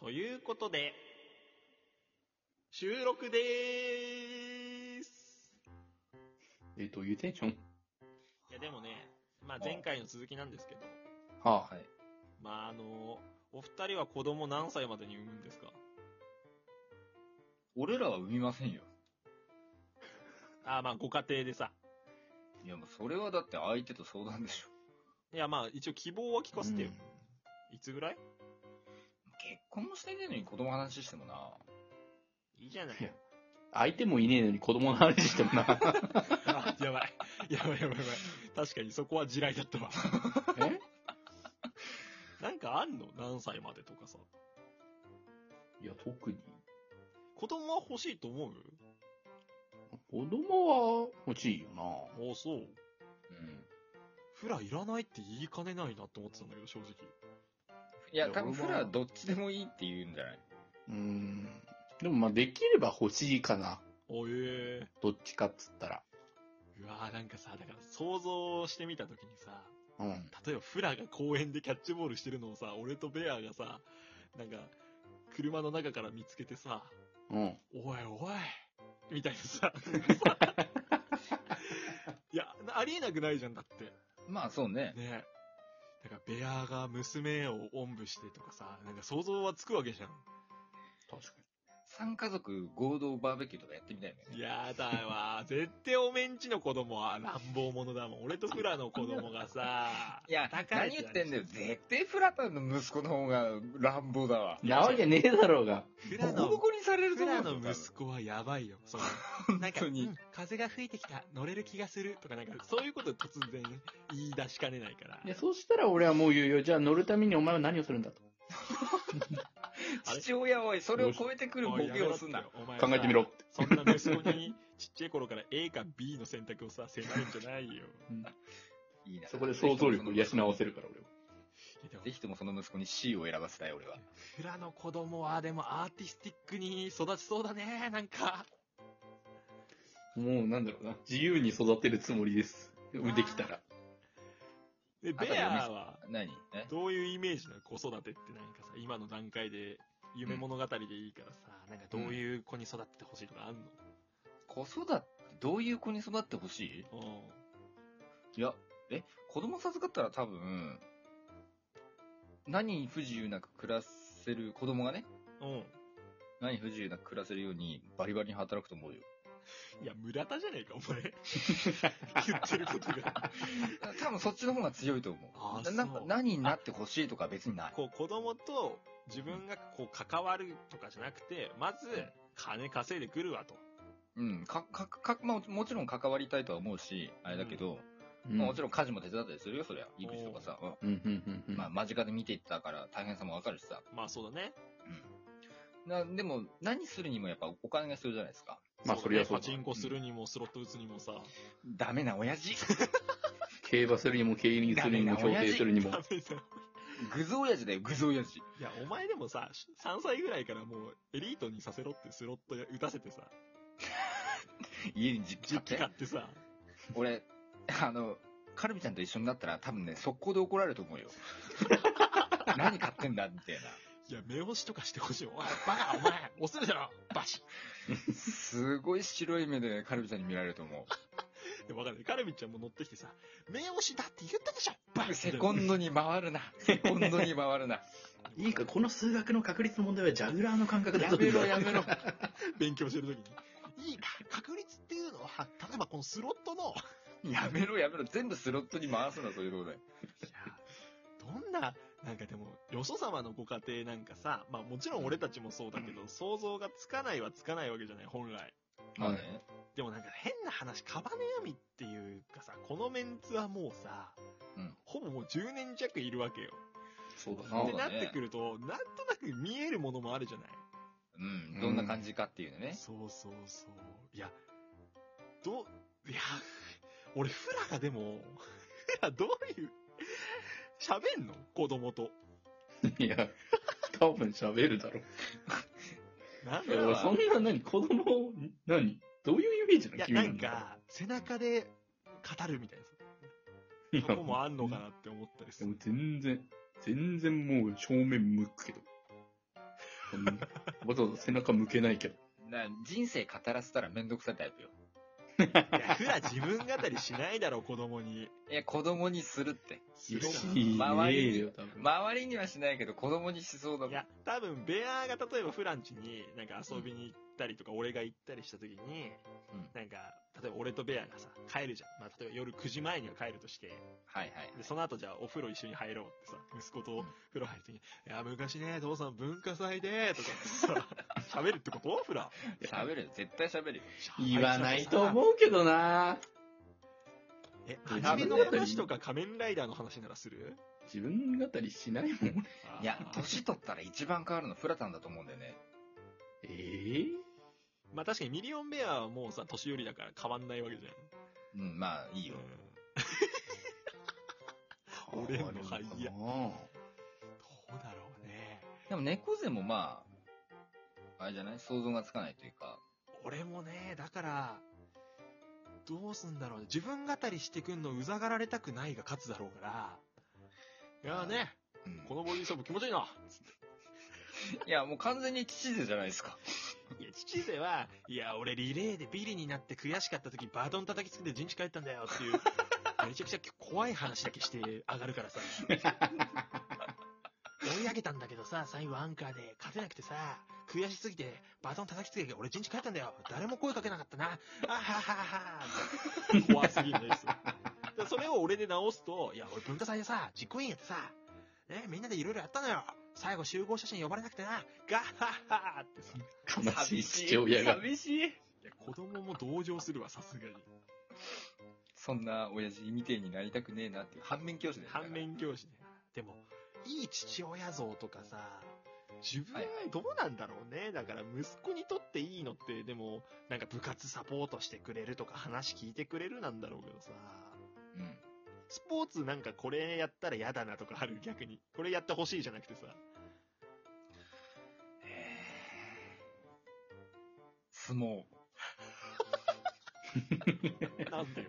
ということで、収録でーすえ、どういうテンションいやでもね、まあ前回の続きなんですけど、はあ、はい。まああの、お二人は子供何歳までに産むんですか俺らは産みませんよ。あーまあご家庭でさ。いや、もうそれはだって相手と相談でしょ。いやまあ一応希望は聞かせてようん。いつぐらい結婚もしてねえのに子供の話してもな。いいじゃないい。や相手もいねえのに子供の話しても な。 あやばい。やばいやばいやばい。確かにそこは地雷だったわ。えなんかあんの何歳までとかさ。いや、特に。子供は欲しいと思う子供は欲しいよな。ああ、そう。うん。フラいらないって言いかねないなって思ってたんだけど、正直。いや、多分フラはどっちでもいいって言うんじゃないうーん。でもまあできれば欲しいかな。おえどっちかっつったら。ー。うわーなんかさ、だから想像してみたときにさ、うん。例えばフラが公園でキャッチボールしてるのをさ、俺とベアがさ、なんか、車の中から見つけてさ、うん。おいおい、みたいなさ、 いや、ありえなくないじゃんだって。まあそうね。ねだからベアが娘をおんぶしてとかさ、なんか想像はつくわけじゃん。確か3家族合同バーベキューとかやってみたいんだよね。やだわ。絶対おめんちの子供は乱暴者だもん。俺とフラの子供がさ。いや、宝何じゃ言ないってんだよ。絶対フラタンの息子の方が乱暴だわ。に。なわけねえだろうが。フラボコボの、コにされるとフ思ラうのよ息子はやばいよ。その、多分なん本か、当うにん。風が吹いてきた、乗れる気がするとかなんか、そういうこと突然言い出しかねないから。で、そうしたら俺はもう言うよ。じゃあ乗るためにお前は何をするんだと。あれ父親はおい、それを超えてくるボおいケをすんな。。考えてやめみ。ろ。ろってお前さそんな息子に、ちっちゃい頃から A か B の選択をさ、迫るんじゃないよ。いいなそこで想像力を養わせるから俺は。いやでもぜひともその息子に C を選ばせたい、俺は。フラの子供はでもアーティスティックに育ちそうだね、なんか。もうなんだろうな。自由に育てるつもりです。できたら。で、とベアは、何えどういうイメージなの子育てってなんかさ、今の段階で、夢物語でいいからさ、なんかどういう子に育ってほしいとかあんの、子育て、どういう子に育ってほしうん、いいや、え、子供授かったら多分、何不自由なく暮らせる、子供がね、うん。何不自由なく暮らせるようにバリバリに働くと思うよ。いや、村田じゃねえか、お 前。言ってることが。多分そっちの方が強いと思あう。そうなんか何になってほしいとか別にな い。こう、子供と自分がこう、関わるとかじゃなくて、まず、金稼いでくるわと。うん、か、か、か、まあもちろん関わりたいとは思うし、あれだけど、うんまあもちろん家事も手伝ったりするよ、そりゃ。育児とかさ。うんうん、うん、うん。まあ、間近で見ていったから大変さもわかるしさ。まあそうだね。うん。な、でも、何するにもやっぱお金が必要じゃないですか。まあ、そりだねゃそうパチだン。コするにも、スロット打つにもさ、ダメな親 父。競馬するにも、競輪するにも、競艇するにもダ。メだ。 グズ親父だよ、グズ親父。いや、お前でもさ、3歳ぐらいからもう、エリートにさせろってスロット打たせてさ、家に実家実っ。機買っててさ、俺、あの、カルビちゃんと一緒になったら多分ね、速攻で怒られると 思うよ。何買ってんだみたいいや、目押しとかしてほしい。おい、バカ、お前、押せるだろバシな。すごい白い目でカルビちゃんに見られると思ッで、わかんない。カルビちゃんも乗ってきてさ、目押しだって言ったでしょバう。シセコンドに回 るな。セコンドに回るな。いいか、この数学の確率の問題はジャグラーの感覚だやとめろ、やめろ。勉強してるときに。いいか、確率っていうのは、例えばこのスロットの、やめろ、やめろ。全部スロットに回すな、そういうことで。いや、どんな、なんかでも、よそ様のご家庭なんかさ、まあもちろん俺たちもそうだけど、想像がつかないはつかないわけじゃない、本来。まあね。でもなんか変な話、カバネヤミっていうかさ、このメンツはもうさ、うんほぼもう10年弱いるわけよ。 そうだそなうってだ。なっねてくると、なんとなく見えるものもあるじゃない。うん。どんな感じかっていうのね。そうそうそう。いや、どう、いや、俺フラがでも、 フラどういう、喋んの子供と。いや、多分喋るだろ。なんいだや、ろう俺そんな何子供を、何どういうイメージないのや、君のなんか、背中で語るみたいいやな、とこもあんのかなって思ったりすでもる。 全然、全然もう正面向くけど。うんわざわざ背中向けないけど。な人生語らせたらめんどくさいタイプよ。いや、フラ自分語りしないだろ、子供に。いや、子供にするって。するかしなねえよ、多分。周りにはしないけど、子供にしそうだもいん。や、多分、ベアーが例えばフランチになんか遊びに行ったりとか、俺が行ったりした時に、うんなんか、例えば俺とベアーがさ、帰るじゃん。まあ、例えば夜9時前には帰るとして、はいはい。で、その後じゃあお風呂一緒に入ろうってさ、息子うとん風呂入る時に、いや、昔ね、父さん文化祭で、とかってさ、喋 るってことフラ。喋るよ。絶対喋るよ。言わないと思うけどなえ、自分アニメの語り話とか仮面ライダーの話ならする自分語りしないもん。いや、年取ったら一番変わるのフラタンだと思うんだよね。ええまあ確かにミリオンベアはもうさ、年寄りだから変わんないわけじゃうん、まあいいよん。。 俺の肺やどうだろうね。でも猫背もまあ、あれじゃない想像がつかないというか。俺もね、だから、どうすんだろうね。自分語りしてくんのうざがられたくないが勝つだろうから。いやーね、うんこのボディーソープ気持ちいいな。いや、もう完全に父背じゃないですか。いや、父勢は、いや、俺リレーでビリになって悔しかった時バトン叩きつけて陣地帰ったんだよっていう、めちゃくちゃ怖い話だけして上がるからさ。追い上げたんだけどさ、最後アンカーで勝てなくてさ、悔しすぎてバトン叩きつけて俺陣地帰ったんだよ。誰も声かけなかったな。あはははは。怖すぎるんですよ。でそれを俺で直すと、いや、俺文化祭でさ、実行委員やってさ、ね、みんなでいろいろやったのよ。最後集合写真呼ばれなくてな、ガッハッハってさ。悲しい父親が。寂しい。いや子供も同情するわ、さすがに。そんな親父みてえになりたくねえなっていう反面教師だよね反。面教師ね。でも、いい父親像とかさ、自分はいはいどうなんだろうね。だから息子にとっていいのって、でも、なんか部活サポートしてくれるとか話聞いてくれるなんだろうけどさ。うん。スポーツなんかこれやったら嫌だなとかある逆に。これやってほしいじゃなくてさ。えー相撲。なんでよ。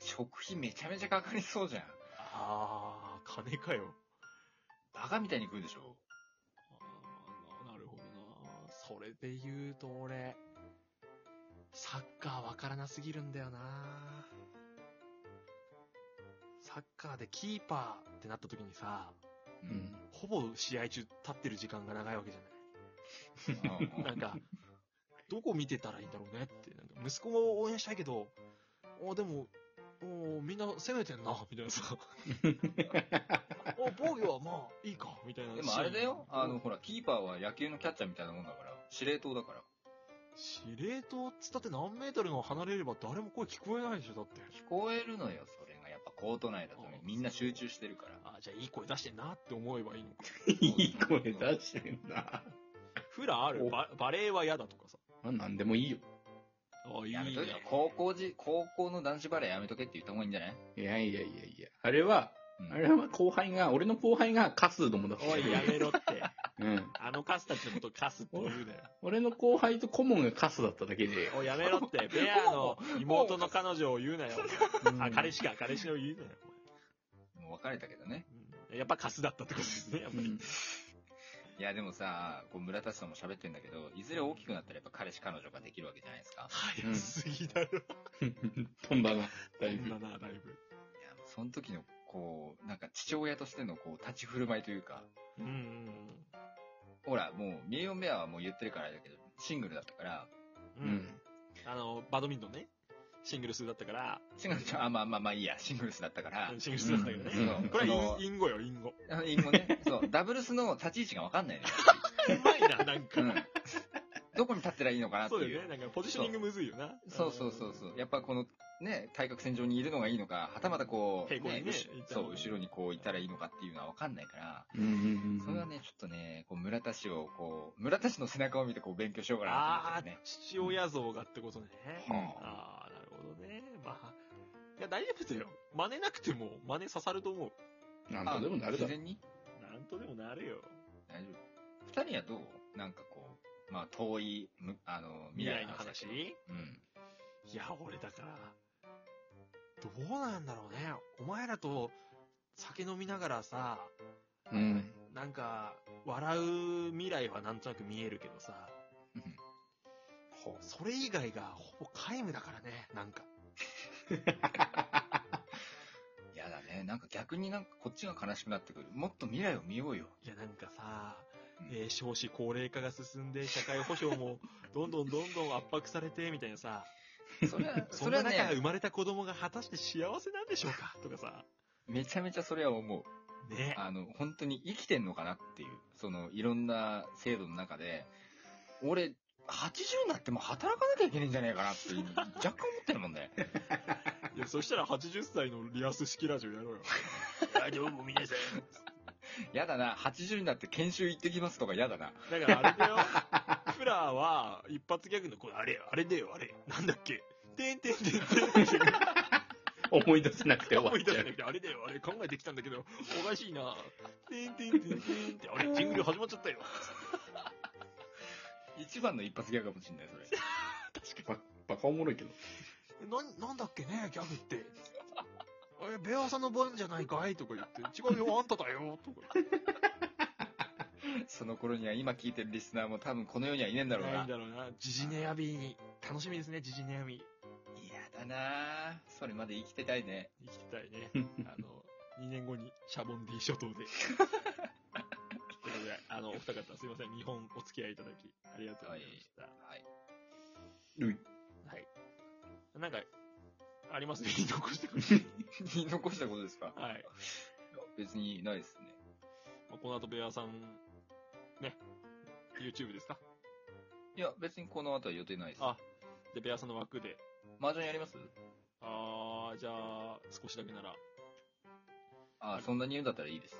食費めちゃめちゃかかりそうじゃん。 あー、金かよ。バカみたいに食うでしょ。あーななるほどな。それで言うと俺、サッカーわからなすぎるんだよな。サッカーでキーパーってなった時にさ、ううん。ほぼ試合中立ってる時間が長いわけじゃなうんい。なん か、どこ見てたらいいんだろうねって。なんか息子も応援したいけど、あでも、おみんな攻めてんな、みたいな さ。お防御はまあ、いいか、みたいな。でもあれだよ、あうの、んほら、キーパーは野球のキャッチャーみたいなもんだから、司令塔だから。司令塔っつったって何メートルの離れれば誰も声聞こえないでしょ、だって。聞こえるのよ、それが。やっぱコート内だとねあ、みんな集中してるから。あ、じゃあいい声出してんなって思えばいいのか。いい声出してるな。フラあるおババレーは嫌だとかさ。まあ、なんでもいいよ。あ、いいやめとねけよ。。高校時、高校の男子バレーやめとけって言った方がいいんじゃない、いやいやいやいや。あれは、うんあれは後輩が、俺の後輩がカスどもだった。おい、やめろって。うん。あのカスたちのことカスって言うなよ。俺の後輩と顧問がカスだっただけで。おい、やめろって。ベアの妹の彼女を言うなよ。あ、彼氏か、彼氏を言うなよ。もう別れたけどね。うんやっぱカスだったってことですね、やっぱうりん。いや、でもさ、こう村田さんも喋ってんだけど、いずれ大きくなったらやっぱ彼氏彼女ができるわけじゃないですか。早すぎだろ。飛んだな、だいそんぶな。な、だいぶ。いや、その時の、こう、なんか父親としてのこう、立ち振る舞いというか、うんうんうん。ほら、もう、ミリオンベアはもう言ってるからあれだけど、シングルだったから、ううんん。あの、バドミントンね。シングルスだったから、シングルス、あ、まあまあまあいいや、シングルスだったから、シングルスだったけどね。うんうんこれはそのインインゴよ、イン ゴ。あの、インゴね、そう、ダブルスの立ち位置がわかんないね。うまいな、なんかう。 ん。どこに立ってりゃいいのかなっそてうだいよう。ね。なんかポジショニングむずいよな。そうそうそうそう。やっぱこの、ね、対角線上にいるのがいいのか、はたまたこう、平行にね後ろいたそらう、後ろにこういたらいいのかっていうのはわかんないから、うんうんそうんれうはん。ね、ちょっとね、こう、村田氏を、こう、村田氏の背中を見てこう、勉強しようかなと思あってあね、。父親像がってことね。うんああ、なるほどね。まあ。いや、大丈夫だよ。真似なくても真似刺さると思う。なんとでもなるだ自ろ。然になんとでもなるよ。大丈夫。二人はどうなんかこう、まあ、遠い、むあの、未来のだけ話。どいうん。や、俺だから、どうなんだろうね。お前らと酒飲みながらさ、うん。ななんか、笑う未来はなんとなく見えるけどさ、うんほうそれ以外がほぼ皆無だからね、なんか。いやだね。なんか逆になんかこっちが悲しくなってくる。もっと未来を見ようよ。いや、なんかさうん、えー少子高齢化が進んで、社会保障 もどんどんどんどん圧迫されて、みたいなさ、そ れは、そそんれなは中生ね、まれた子供が果たして幸せなんでしょうかとかさ、めちゃめちゃそれは思う。ね。あの、本当に生きてんのかなっていう。その、いろんな制度の中で、俺、80になっても働かなきゃいけないんじゃないかなって、若干思ってるもんね。 いや、そしたら80歳のリアス式ラジオやろ うよ。あ、どうも皆さん。やだな、80になって研修行ってきますとかやだな。だからあれだよ。フラーは、一発ギャグの、これ、あれ、あれだよ、あれ。なんだっけ。てんてんてんてんてん。思い出せなくて終わ思っいち出せゃうな。くて、あれだよ、あれ考えてきたんだけど、おかしいな。てんてんてんてんって、あれ、ジングル始まっちゃったよ。一番の一発ギャグかもしんない、それ。ババカおもろいけな、ど。なんだっけね、ギャグって。あれ、ベアさんの番じゃないかいとか言って、違うよ、あんただよ、とか言っその頃には今聞いてるリスナーも多分この世にはいねえんだろうて。な。ないんだろうな。ジジネアビーに。楽しみですね、ジジネアビー。嫌だなそれまで生きてたいね。生きてたいね。あの、2年後にシャボンディ諸島で。ということで、あの、お二方すいません。日本お付き合いいただき、ありがとうございました。はい。 うんはい。なんか、ありますね。言い残してくる。言い残したことですかはい。別にないですね。まあ、この後、ベアさん、ね、YouTube ですかいや、別にこの後は予定ないです。あで、ベアさんの枠で、麻雀やりますあー、じゃあ、少しだけなら、あ、そんなに言うんだったらいいです。